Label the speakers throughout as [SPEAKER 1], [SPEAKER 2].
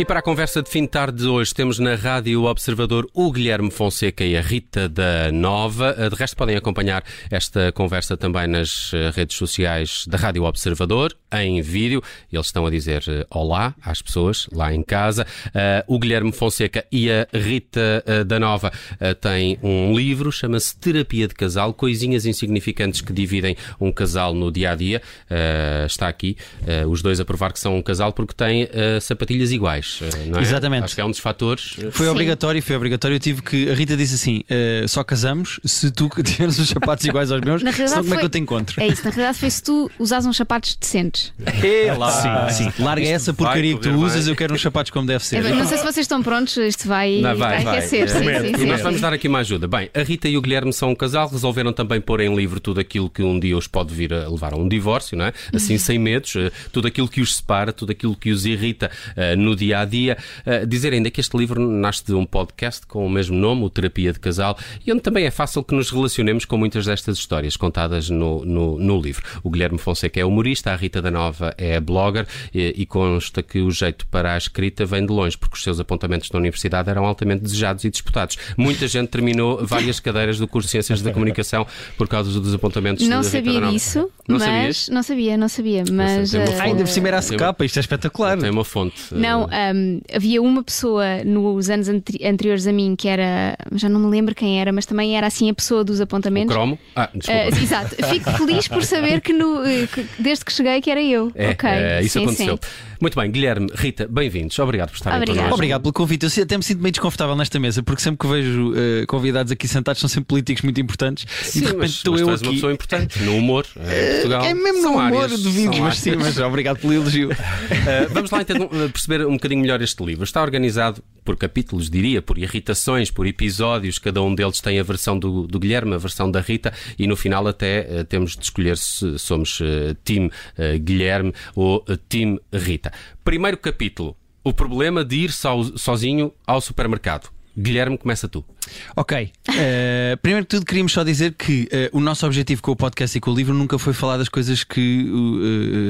[SPEAKER 1] E para a conversa de fim de tarde de hoje, temos na Rádio Observador o Guilherme Fonseca e a Rita da Nova. Eh, De resto, podem acompanhar esta conversa também nas eh, redes sociais da Rádio Observador, em vídeo. Eles estão a dizer eh, olá às pessoas lá em casa. eh, O Guilherme Fonseca e a Rita eh, da Nova têm um livro, chama-se Terapia de Casal, coisinhas insignificantes que dividem um casal no dia a dia. Eh, Está aqui, os dois a provar que são um casal porque têm eh, sapatilhas iguais. É?
[SPEAKER 2] Exatamente.
[SPEAKER 1] Acho que é um dos fatores.
[SPEAKER 2] Foi Sim. obrigatório, foi obrigatório. Eu tive que. A Rita disse assim: uh, só casamos se tu tiveres os sapatos iguais aos meus,
[SPEAKER 3] na realidade
[SPEAKER 2] senão como é
[SPEAKER 3] foi-
[SPEAKER 2] que eu te encontro?
[SPEAKER 3] É isso, na realidade foi se tu usares uns sapatos decentes.
[SPEAKER 1] lá.
[SPEAKER 2] Sim, sim. Larga
[SPEAKER 1] Ah, Isto
[SPEAKER 2] essa
[SPEAKER 1] vai
[SPEAKER 2] porcaria que tu
[SPEAKER 1] correr
[SPEAKER 2] usas,
[SPEAKER 1] bem.
[SPEAKER 2] eu quero uns sapatos como deve
[SPEAKER 3] É
[SPEAKER 2] ser.
[SPEAKER 3] bem, não sei se vocês estão prontos, isto vai, vai aquecer. Sim, sim,
[SPEAKER 1] E
[SPEAKER 3] sim,
[SPEAKER 1] nós
[SPEAKER 3] sim.
[SPEAKER 1] vamos dar aqui uma ajuda. Bem, a Rita e o Guilherme são um casal, resolveram também pôr em livro tudo aquilo que um dia os pode vir a levar a um divórcio, não é?
[SPEAKER 3] Uhum.
[SPEAKER 1] Assim, sem medos, eh, tudo aquilo que os separa, tudo aquilo que os irrita eh, no dia a dia. Eh, Dizer ainda que este livro nasce de um podcast com o mesmo nome, o Terapia de Casal, e onde também é fácil que nos relacionemos com muitas destas histórias contadas no, no, no livro. O Guilherme Fonseca é humorista, a Rita da Nova é blogger eh, e, consta que o jeito para a escrita vem de longe, porque os seus apontamentos na universidade eram altamente desejados e disputados. Muita gente terminou várias cadeiras do curso de Ciências da Comunicação por causa dos apontamentos
[SPEAKER 3] Não
[SPEAKER 1] da Rita da
[SPEAKER 3] sabia
[SPEAKER 1] Nova.
[SPEAKER 3] disso,
[SPEAKER 1] Não
[SPEAKER 3] mas
[SPEAKER 1] sabias?
[SPEAKER 3] não sabia, não sabia. Mas
[SPEAKER 1] tem uma
[SPEAKER 3] eh,
[SPEAKER 1] fonte.
[SPEAKER 2] Ainda por cima era a
[SPEAKER 1] Tem-
[SPEAKER 2] secapa, isto é espetacular.
[SPEAKER 1] Tem uma fonte. eh,
[SPEAKER 3] Não, hum, havia uma pessoa nos anos anteri- anteriores a mim que era, já não me lembro quem era, mas também era assim a pessoa dos
[SPEAKER 1] o
[SPEAKER 3] apontamentos.
[SPEAKER 1] cromo. Ah, desculpa.
[SPEAKER 3] Ah, exato, fico feliz por saber que, no, eh, que desde que cheguei que era eu.
[SPEAKER 1] É,
[SPEAKER 3] ok,
[SPEAKER 1] eh, isso
[SPEAKER 3] sim,
[SPEAKER 1] aconteceu.
[SPEAKER 3] sim.
[SPEAKER 1] Muito bem, Guilherme, Rita, bem-vindos. Obrigado por estarem
[SPEAKER 3] Obrigada.
[SPEAKER 1] connosco.
[SPEAKER 2] Obrigado pelo convite. Eu se- até me sinto meio desconfortável nesta mesa, porque sempre que vejo eh, convidados aqui sentados são sempre políticos muito importantes e
[SPEAKER 1] Sim,
[SPEAKER 2] de repente
[SPEAKER 1] mas,
[SPEAKER 2] estou
[SPEAKER 1] mas
[SPEAKER 2] eu
[SPEAKER 1] tu és uma
[SPEAKER 2] aqui.
[SPEAKER 1] pessoa importante no humor eh, em Portugal.
[SPEAKER 2] É mesmo
[SPEAKER 1] São
[SPEAKER 2] no humor,
[SPEAKER 1] áreas-
[SPEAKER 2] duvido,
[SPEAKER 1] são
[SPEAKER 2] mas sim,
[SPEAKER 1] áreas.
[SPEAKER 2] mas obrigado pelo elogio.
[SPEAKER 1] Eh, vamos lá então eh, perceber um bocadinho melhor este livro. Está organizado por capítulos, diria, por irritações, por episódios. Cada um deles tem a versão do, do Guilherme, a versão da Rita e no final até eh, temos de escolher se somos eh, Team eh, Guilherme ou eh, Team Rita. Primeiro capítulo: o problema de ir so- sozinho ao supermercado. Guilherme, começa tu.
[SPEAKER 2] Ok. Eh, primeiro que tudo, queríamos só dizer que eh, o nosso objetivo com o podcast e com o livro nunca foi falar das coisas que uh,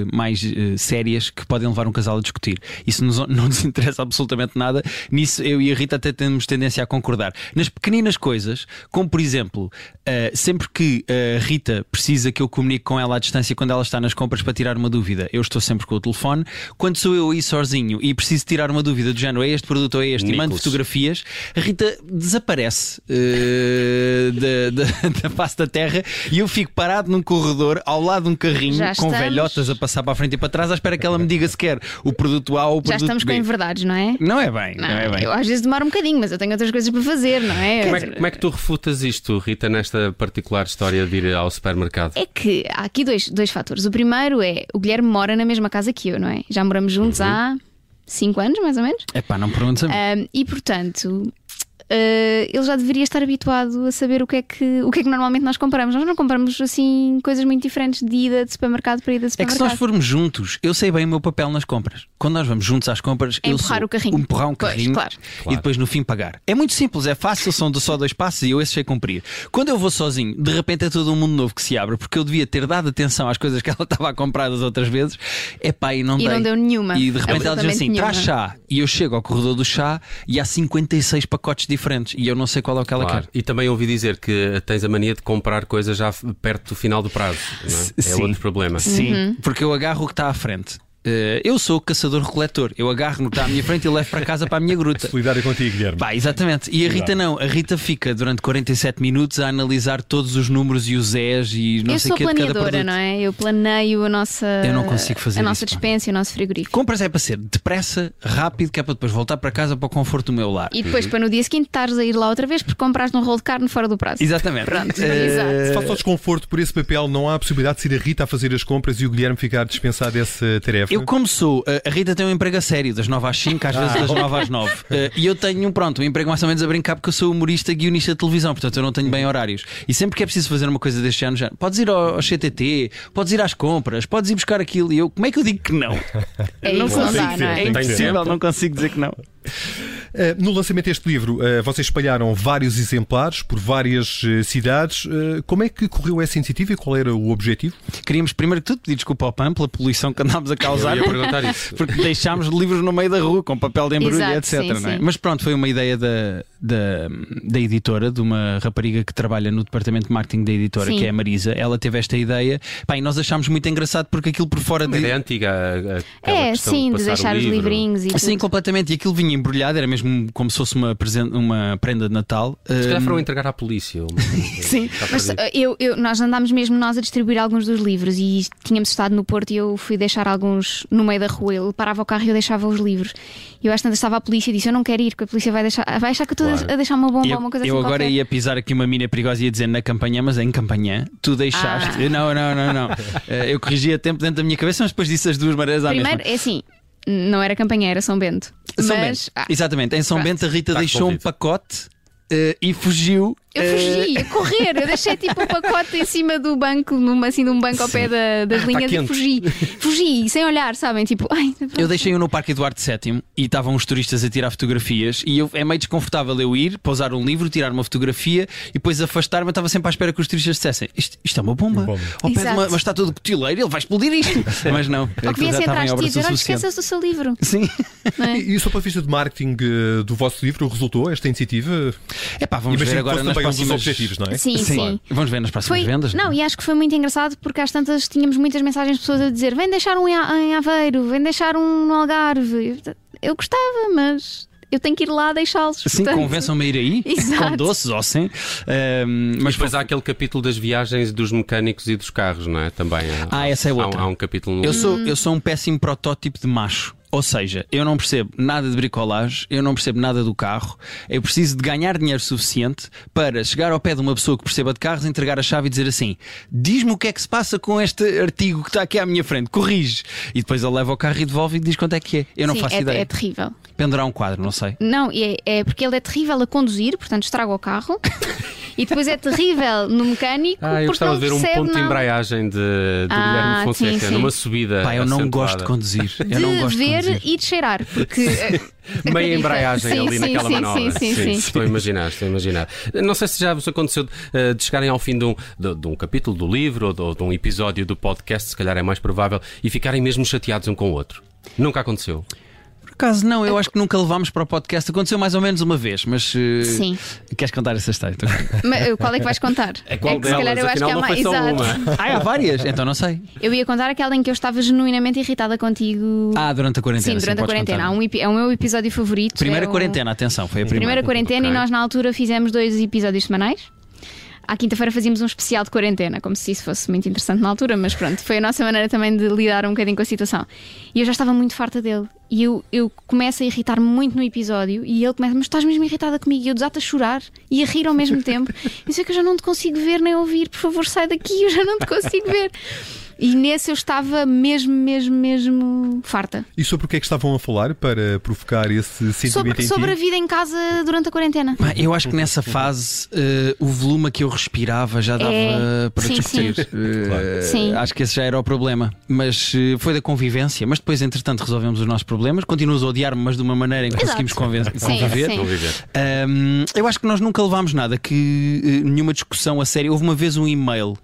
[SPEAKER 2] eh, mais eh, sérias que podem levar um casal a discutir. Isso nos- não nos interessa absolutamente nada. Nisso eu e a Rita até temos tendência a concordar. Nas pequeninas coisas, como por exemplo, eh, sempre que a Rita precisa que eu comunique com ela à distância quando ela está nas compras para tirar uma dúvida, eu estou sempre com o telefone. Quando sou eu aí sozinho e preciso tirar uma dúvida do género, é este produto ou é este, e mando
[SPEAKER 1] Nichols.
[SPEAKER 2] fotografias fotografias, a Rita desaparece eh, da, da- da face da terra e eu fico parado num corredor ao lado de um carrinho
[SPEAKER 3] Já
[SPEAKER 2] com
[SPEAKER 3] estamos.
[SPEAKER 2] velhotas a passar para a frente e para trás à espera que ela me diga se quer o produto A ou o
[SPEAKER 3] Já
[SPEAKER 2] produto
[SPEAKER 3] estamos com
[SPEAKER 2] B.
[SPEAKER 3] inverdades, não é?
[SPEAKER 2] Não é bem, não,
[SPEAKER 3] Não,
[SPEAKER 2] é bem.
[SPEAKER 3] Eu às vezes demoro um bocadinho, mas eu tenho outras coisas para fazer, não é?
[SPEAKER 1] Como é, que- como é que tu refutas isto, Rita, nesta particular história de ir ao supermercado?
[SPEAKER 3] É que há aqui dois, dois fatores. O primeiro é o Guilherme mora na mesma casa que eu, não é? Já moramos juntos
[SPEAKER 2] Uhum.
[SPEAKER 3] há cinco anos, mais ou menos.
[SPEAKER 2] Epá, não perguntes a mim.
[SPEAKER 3] Ahm, e portanto, eh, ele já deveria estar habituado a saber o que, é que, o que é que normalmente nós compramos. Nós não compramos assim coisas muito diferentes de ida de supermercado para ida de
[SPEAKER 2] É que se
[SPEAKER 3] supermercado.
[SPEAKER 2] nós formos juntos, eu sei bem o meu papel nas compras. Quando nós vamos juntos às compras,
[SPEAKER 3] É
[SPEAKER 2] eu
[SPEAKER 3] empurrar
[SPEAKER 2] sou
[SPEAKER 3] o carrinho.
[SPEAKER 2] empurrar um
[SPEAKER 3] Pois,
[SPEAKER 2] carrinho
[SPEAKER 3] claro.
[SPEAKER 2] e depois no fim pagar. É muito simples, é fácil, são de- só dois passos e eu esse sei cumprir. Quando eu vou sozinho, de repente é todo um mundo novo que se abre, porque eu devia ter dado atenção às coisas que ela estava a comprar das outras vezes. É pá, e não
[SPEAKER 3] E
[SPEAKER 2] dei.
[SPEAKER 3] não deu nenhuma.
[SPEAKER 2] E de repente ela diz assim:
[SPEAKER 3] Absolutamente
[SPEAKER 2] traz
[SPEAKER 3] nenhuma."
[SPEAKER 2] chá. E eu chego ao corredor do chá e há 56 pacotes diferentes e eu não sei qual é o que ela
[SPEAKER 1] Claro.
[SPEAKER 2] quer.
[SPEAKER 1] E também ouvi dizer que tens a mania de comprar coisas já f- perto do final do prazo. Não é? é
[SPEAKER 2] Sim.
[SPEAKER 1] outro problema.
[SPEAKER 2] Sim,
[SPEAKER 3] Uhum.
[SPEAKER 2] porque eu agarro o que está à frente. Eh, eu sou o caçador-coletor. Eu agarro no que está à minha frente e levo para casa para a minha gruta.
[SPEAKER 4] Solidário contigo, Guilherme.
[SPEAKER 2] Pá, exatamente. E a Rita não. A Rita fica durante 47 minutos a analisar todos os números e os Zs e não
[SPEAKER 3] eu
[SPEAKER 2] sei
[SPEAKER 3] sou
[SPEAKER 2] o que de cada
[SPEAKER 3] planeadora,
[SPEAKER 2] produto.
[SPEAKER 3] não é? Eu planeio a nossa,
[SPEAKER 2] Eu não consigo fazer
[SPEAKER 3] a nossa
[SPEAKER 2] isso, pá.
[SPEAKER 3] dispensa e o nosso frigorífico.
[SPEAKER 2] Compras é para ser depressa, rápido, que é para depois voltar para casa para o conforto do meu lar.
[SPEAKER 3] E depois, para no dia seguinte, estares a ir lá outra vez porque compraste um rolo de carne fora do prazo.
[SPEAKER 2] Exatamente.
[SPEAKER 3] Pronto,
[SPEAKER 2] Eh,
[SPEAKER 3] exato.
[SPEAKER 4] Se faz só desconforto por esse papel, não há a possibilidade de ser a Rita a fazer as compras e o Guilherme ficar dispensado dessa tarefa.
[SPEAKER 2] Eu como sou, eh, a Rita tem um emprego a sério, das 9 às 5,
[SPEAKER 1] Ah.
[SPEAKER 2] às vezes das 9 às 9. Eh, E eu tenho, pronto, um emprego mais ou menos a brincar porque eu sou humorista, guionista de televisão, portanto eu não tenho
[SPEAKER 1] Uhum.
[SPEAKER 2] bem horários. E sempre que é preciso fazer uma coisa deste ano, já, podes ir ao, ao CTT, podes ir às compras, podes ir buscar aquilo. E eu, como é que eu digo que não?
[SPEAKER 3] É isso, não dá, não é?
[SPEAKER 2] É
[SPEAKER 4] Tem que ser.
[SPEAKER 2] impossível, não consigo dizer que não.
[SPEAKER 4] Eh, no lançamento deste livro, eh, vocês espalharam vários exemplares por várias eh, cidades. Eh, como é que correu essa iniciativa e qual era o objetivo?
[SPEAKER 2] Queríamos primeiro que tudo pedir desculpa ao PAN pela poluição que andámos a causar.
[SPEAKER 1] Eu ia perguntar isso.
[SPEAKER 2] Porque deixámos livros no meio da rua com papel de embrulho,
[SPEAKER 3] Exato,
[SPEAKER 2] etc.
[SPEAKER 3] sim,
[SPEAKER 2] não é?
[SPEAKER 3] sim.
[SPEAKER 2] Mas pronto, foi uma ideia da, da, da editora, de uma rapariga que trabalha no departamento de marketing da editora,
[SPEAKER 3] Sim.
[SPEAKER 2] que é a Marisa. Ela teve esta ideia Pá, e nós achámos muito engraçado porque aquilo por fora
[SPEAKER 1] Era
[SPEAKER 2] de.
[SPEAKER 1] é antiga a- a- aquela
[SPEAKER 3] É,
[SPEAKER 1] questão
[SPEAKER 3] sim, de
[SPEAKER 1] passar o
[SPEAKER 3] deixar os
[SPEAKER 1] livro.
[SPEAKER 3] livrinhos e
[SPEAKER 2] Sim,
[SPEAKER 3] tudo.
[SPEAKER 2] completamente. E aquilo vinha embrulhado, era mesmo como se fosse uma, presen- uma prenda de Natal.
[SPEAKER 1] Se calhar
[SPEAKER 2] Hum,
[SPEAKER 1] foram entregar à polícia. uma- assim.
[SPEAKER 2] Sim.
[SPEAKER 1] Está
[SPEAKER 3] Mas
[SPEAKER 1] perdido.
[SPEAKER 3] eh, eu, eu- nós andámos mesmo nós a distribuir alguns dos livros e tínhamos estado no Porto e eu fui deixar alguns no meio da rua. Ele parava o carro e eu deixava os livros. E eu às tantas estava a polícia e disse: Eu não quero ir, porque a polícia vai, deixar, vai achar que eu estou
[SPEAKER 1] Claro.
[SPEAKER 3] a deixar uma bomba
[SPEAKER 2] Hum, E
[SPEAKER 3] ou uma coisa
[SPEAKER 2] eu
[SPEAKER 3] assim.
[SPEAKER 2] agora
[SPEAKER 3] qualquer.
[SPEAKER 2] ia pisar aqui uma mina perigosa e ia dizer na campanha, mas em campanha tu deixaste.
[SPEAKER 3] Ah.
[SPEAKER 2] Eu, Não, não, não, não. Eh, Eu corrigia a tempo dentro da minha cabeça, mas depois disse as duas maneiras à
[SPEAKER 3] Primeiro,
[SPEAKER 2] mesma.
[SPEAKER 3] é assim, não era campanha, era São Bento.
[SPEAKER 2] São
[SPEAKER 3] mas,
[SPEAKER 2] Bento.
[SPEAKER 3] ah,
[SPEAKER 2] Exatamente, em São
[SPEAKER 3] pronto.
[SPEAKER 2] Bento a Rita
[SPEAKER 4] Tá
[SPEAKER 1] Está
[SPEAKER 2] deixou um
[SPEAKER 1] resolvido.
[SPEAKER 2] pacote eh, e fugiu.
[SPEAKER 3] eu
[SPEAKER 2] eh,
[SPEAKER 3] fugi a correr, eu deixei tipo um pacote em cima do banco, numa, assim de um banco ao pé da- das linhas
[SPEAKER 1] quente.
[SPEAKER 3] e fugi. Fugi, sem olhar, sabem? Tipo, ai,
[SPEAKER 2] Eu deixei-o no Parque Eduardo VII e estavam os turistas a tirar fotografias e eu, é meio desconfortável eu ir, pousar um livro, tirar uma fotografia e depois afastar-me. Eu Estava sempre à espera que os turistas dissessem isto, isto é uma bomba.
[SPEAKER 4] bomba.
[SPEAKER 2] Ao pé de uma,
[SPEAKER 3] Exato.
[SPEAKER 2] uma estátua de cotileiro, ele vai explodir isto. mas não,
[SPEAKER 3] ou que
[SPEAKER 2] aquilo já
[SPEAKER 3] viessem
[SPEAKER 2] estava em
[SPEAKER 3] atrás de ti
[SPEAKER 2] obra
[SPEAKER 3] e dizer: Olha,
[SPEAKER 2] suficiente.
[SPEAKER 3] esqueças do seu livro.
[SPEAKER 2] Sim. É.
[SPEAKER 4] E, e sob a vista de marketing eh, do vosso livro, resultou esta iniciativa?
[SPEAKER 2] É pá, vamos
[SPEAKER 4] Imagino
[SPEAKER 2] ver
[SPEAKER 4] que
[SPEAKER 2] agora
[SPEAKER 4] fosse
[SPEAKER 2] nas
[SPEAKER 4] também um
[SPEAKER 2] próximas...
[SPEAKER 4] dos objetivos, não é?
[SPEAKER 3] Sim, sim.
[SPEAKER 2] Vamos ver nas próximas
[SPEAKER 3] Foi-
[SPEAKER 2] vendas. é?
[SPEAKER 3] Não, e acho que foi muito engraçado porque às tantas tínhamos muitas mensagens de pessoas a dizer: vem deixar um em A- em Aveiro, vem deixar um no Algarve. Eu gostava, mas eu tenho que ir lá deixá-los.
[SPEAKER 2] Sim,
[SPEAKER 3] portanto.
[SPEAKER 2] convençam-me a ir aí,
[SPEAKER 3] Exato.
[SPEAKER 2] com doces ou sem. Ahm,
[SPEAKER 1] Mas
[SPEAKER 2] mas
[SPEAKER 1] depois há aquele capítulo das viagens dos mecânicos e dos carros, não é? Também. há-
[SPEAKER 2] Ah, essa é
[SPEAKER 1] há um-
[SPEAKER 2] outra.
[SPEAKER 1] Há, um capítulo no.
[SPEAKER 3] Hum.
[SPEAKER 2] Eu sou, eu sou um péssimo protótipo de macho. Ou seja, eu não percebo nada de bricolagem, eu não percebo nada do carro, eu preciso de ganhar dinheiro suficiente para chegar ao pé de uma pessoa que perceba de carros, entregar a chave e dizer assim: diz-me o que é que se passa com este artigo que está aqui à minha frente, corrige. E depois ele leva o carro e devolve e diz quanto é que é. Eu não
[SPEAKER 3] Sim,
[SPEAKER 2] faço
[SPEAKER 3] é,
[SPEAKER 2] ideia.
[SPEAKER 3] é terrível.
[SPEAKER 2] Pendurar um quadro, não sei.
[SPEAKER 3] Não, e é, é porque ele é terrível a conduzir, portanto estraga o carro. e depois é terrível no mecânico.
[SPEAKER 1] Ah, eu
[SPEAKER 3] porque
[SPEAKER 1] gostava
[SPEAKER 3] não
[SPEAKER 1] de ver um
[SPEAKER 3] percebe
[SPEAKER 1] ponto de
[SPEAKER 3] nada.
[SPEAKER 1] embreagem de, do
[SPEAKER 3] Ah,
[SPEAKER 1] Guilherme Fonseca
[SPEAKER 3] sim, sim.
[SPEAKER 1] numa subida.
[SPEAKER 2] Pá, eu não
[SPEAKER 1] acentuada.
[SPEAKER 2] gosto de conduzir. Eu
[SPEAKER 3] De
[SPEAKER 2] não gosto de
[SPEAKER 3] ver
[SPEAKER 2] conduzir.
[SPEAKER 3] e de cheirar, porque. eh,
[SPEAKER 1] Meia embreagem
[SPEAKER 3] Sim,
[SPEAKER 1] ali
[SPEAKER 3] sim,
[SPEAKER 1] naquela
[SPEAKER 3] sim,
[SPEAKER 1] manobra.
[SPEAKER 3] sim, sim, sim.
[SPEAKER 1] Estou a imaginar, estou a imaginar. Não sei se já vos aconteceu eh, de chegarem ao fim de um, de, de um capítulo do livro ou de, ou de um episódio do podcast, se calhar é mais provável, e ficarem mesmo chateados um com o outro. Nunca aconteceu.
[SPEAKER 2] Por acaso não, eu acho que nunca levámos para o podcast. Aconteceu mais ou menos uma vez, mas. eh,
[SPEAKER 3] Sim.
[SPEAKER 2] Queres contar essa história? Então?
[SPEAKER 3] Mas, qual é que vais contar?
[SPEAKER 1] qual
[SPEAKER 3] que se calhar
[SPEAKER 1] delas?
[SPEAKER 3] eu acho que
[SPEAKER 1] Afinal,
[SPEAKER 3] há
[SPEAKER 1] não
[SPEAKER 3] mais.
[SPEAKER 1] foi só
[SPEAKER 3] Exato.
[SPEAKER 1] uma.
[SPEAKER 2] Ah, há várias? Então não sei.
[SPEAKER 3] Eu ia contar aquela em que eu estava genuinamente irritada contigo.
[SPEAKER 2] Ah, durante a
[SPEAKER 3] sim,
[SPEAKER 2] quarentena.
[SPEAKER 3] durante a
[SPEAKER 2] podes
[SPEAKER 3] quarentena. Há
[SPEAKER 2] contar.
[SPEAKER 3] um epi- é o meu episódio favorito.
[SPEAKER 2] Primeira
[SPEAKER 3] é o-
[SPEAKER 2] quarentena, atenção, foi a primeira.
[SPEAKER 3] Primeira quarentena
[SPEAKER 1] Ok.
[SPEAKER 3] e nós na altura fizemos dois episódios semanais. À quinta-feira fazíamos um especial de quarentena, como se isso fosse muito interessante na altura, mas pronto, foi a nossa maneira também de lidar um bocadinho com a situação. E eu já estava muito farta dele. E eu, eu começo a irritar-me muito no episódio e ele começa, mas estás mesmo irritada comigo? E eu desato a chorar e a rir ao mesmo tempo. Isso é que eu já não te consigo ver nem ouvir, por favor, sai daqui, eu já não te consigo ver. E nesse eu estava mesmo, mesmo, mesmo farta.
[SPEAKER 4] E sobre o que é que estavam a falar para provocar esse sentimento
[SPEAKER 3] Sobre,
[SPEAKER 4] em ti?
[SPEAKER 3] sobre a vida em casa durante a quarentena.
[SPEAKER 2] Pá, Eu acho que nessa fase eh, o volume que eu respirava já dava
[SPEAKER 3] É,
[SPEAKER 2] para
[SPEAKER 3] sim,
[SPEAKER 2] discutir. Eh,
[SPEAKER 3] Sim.
[SPEAKER 2] Acho que esse já era o problema. Mas eh, foi da convivência. Mas depois, entretanto, resolvemos os nossos problemas. Continuas a odiar-me, mas de uma maneira em que
[SPEAKER 3] Exato.
[SPEAKER 2] conseguimos conven-
[SPEAKER 3] Sim,
[SPEAKER 2] conviver.
[SPEAKER 3] sim.
[SPEAKER 1] Vão viver.
[SPEAKER 2] Hum, eu acho que nós nunca levámos nada que eh, nenhuma discussão a sério. Houve uma vez um e-mail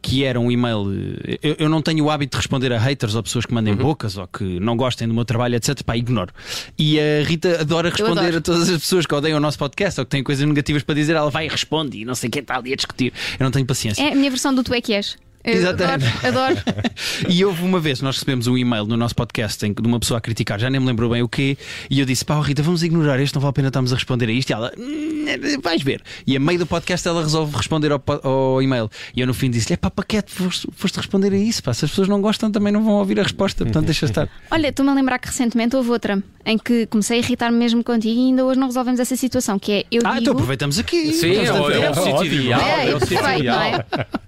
[SPEAKER 2] que era um e-mail. eh, Eu, eu não tenho o hábito de responder a haters ou pessoas que mandem bocas ou que não gostem do meu trabalho, etc. Pá, ignoro. E a Rita adora responder
[SPEAKER 3] adoro.
[SPEAKER 2] a todas as pessoas que odeiam o nosso podcast ou que têm coisas negativas para dizer. Ela vai e responde e não sei quem está ali a discutir. Eu não tenho paciência.
[SPEAKER 3] É a minha versão do Tu é que és. Eu
[SPEAKER 2] Exatamente.
[SPEAKER 3] Adoro, adoro.
[SPEAKER 2] E houve uma vez, nós recebemos um e-mail no nosso podcast em que- de uma pessoa a criticar, já nem me lembro bem o quê, e eu disse: Pá, Rita, vamos ignorar este, não vale a pena estarmos a responder a isto. E ela, "Hum, vais ver. E a meio do podcast ela resolve responder ao, po- ao e-mail. E eu no fim disse-lhe: É pá, paquete, foste, foste responder a isso, pá, se as pessoas não gostam também não vão ouvir a resposta, portanto deixa estar.
[SPEAKER 3] Olha, estou-me a lembrar que recentemente houve outra em que comecei a irritar-me mesmo contigo e ainda hoje não resolvemos essa situação, que é eu
[SPEAKER 2] Ah, então
[SPEAKER 3] digo.
[SPEAKER 2] aproveitamos aqui.
[SPEAKER 1] Sim, é o, é o
[SPEAKER 4] Está
[SPEAKER 1] sítio
[SPEAKER 4] ótimo.
[SPEAKER 1] ideal.
[SPEAKER 3] É,
[SPEAKER 1] É o sítio
[SPEAKER 3] perfeito, não
[SPEAKER 1] ideal.
[SPEAKER 3] é?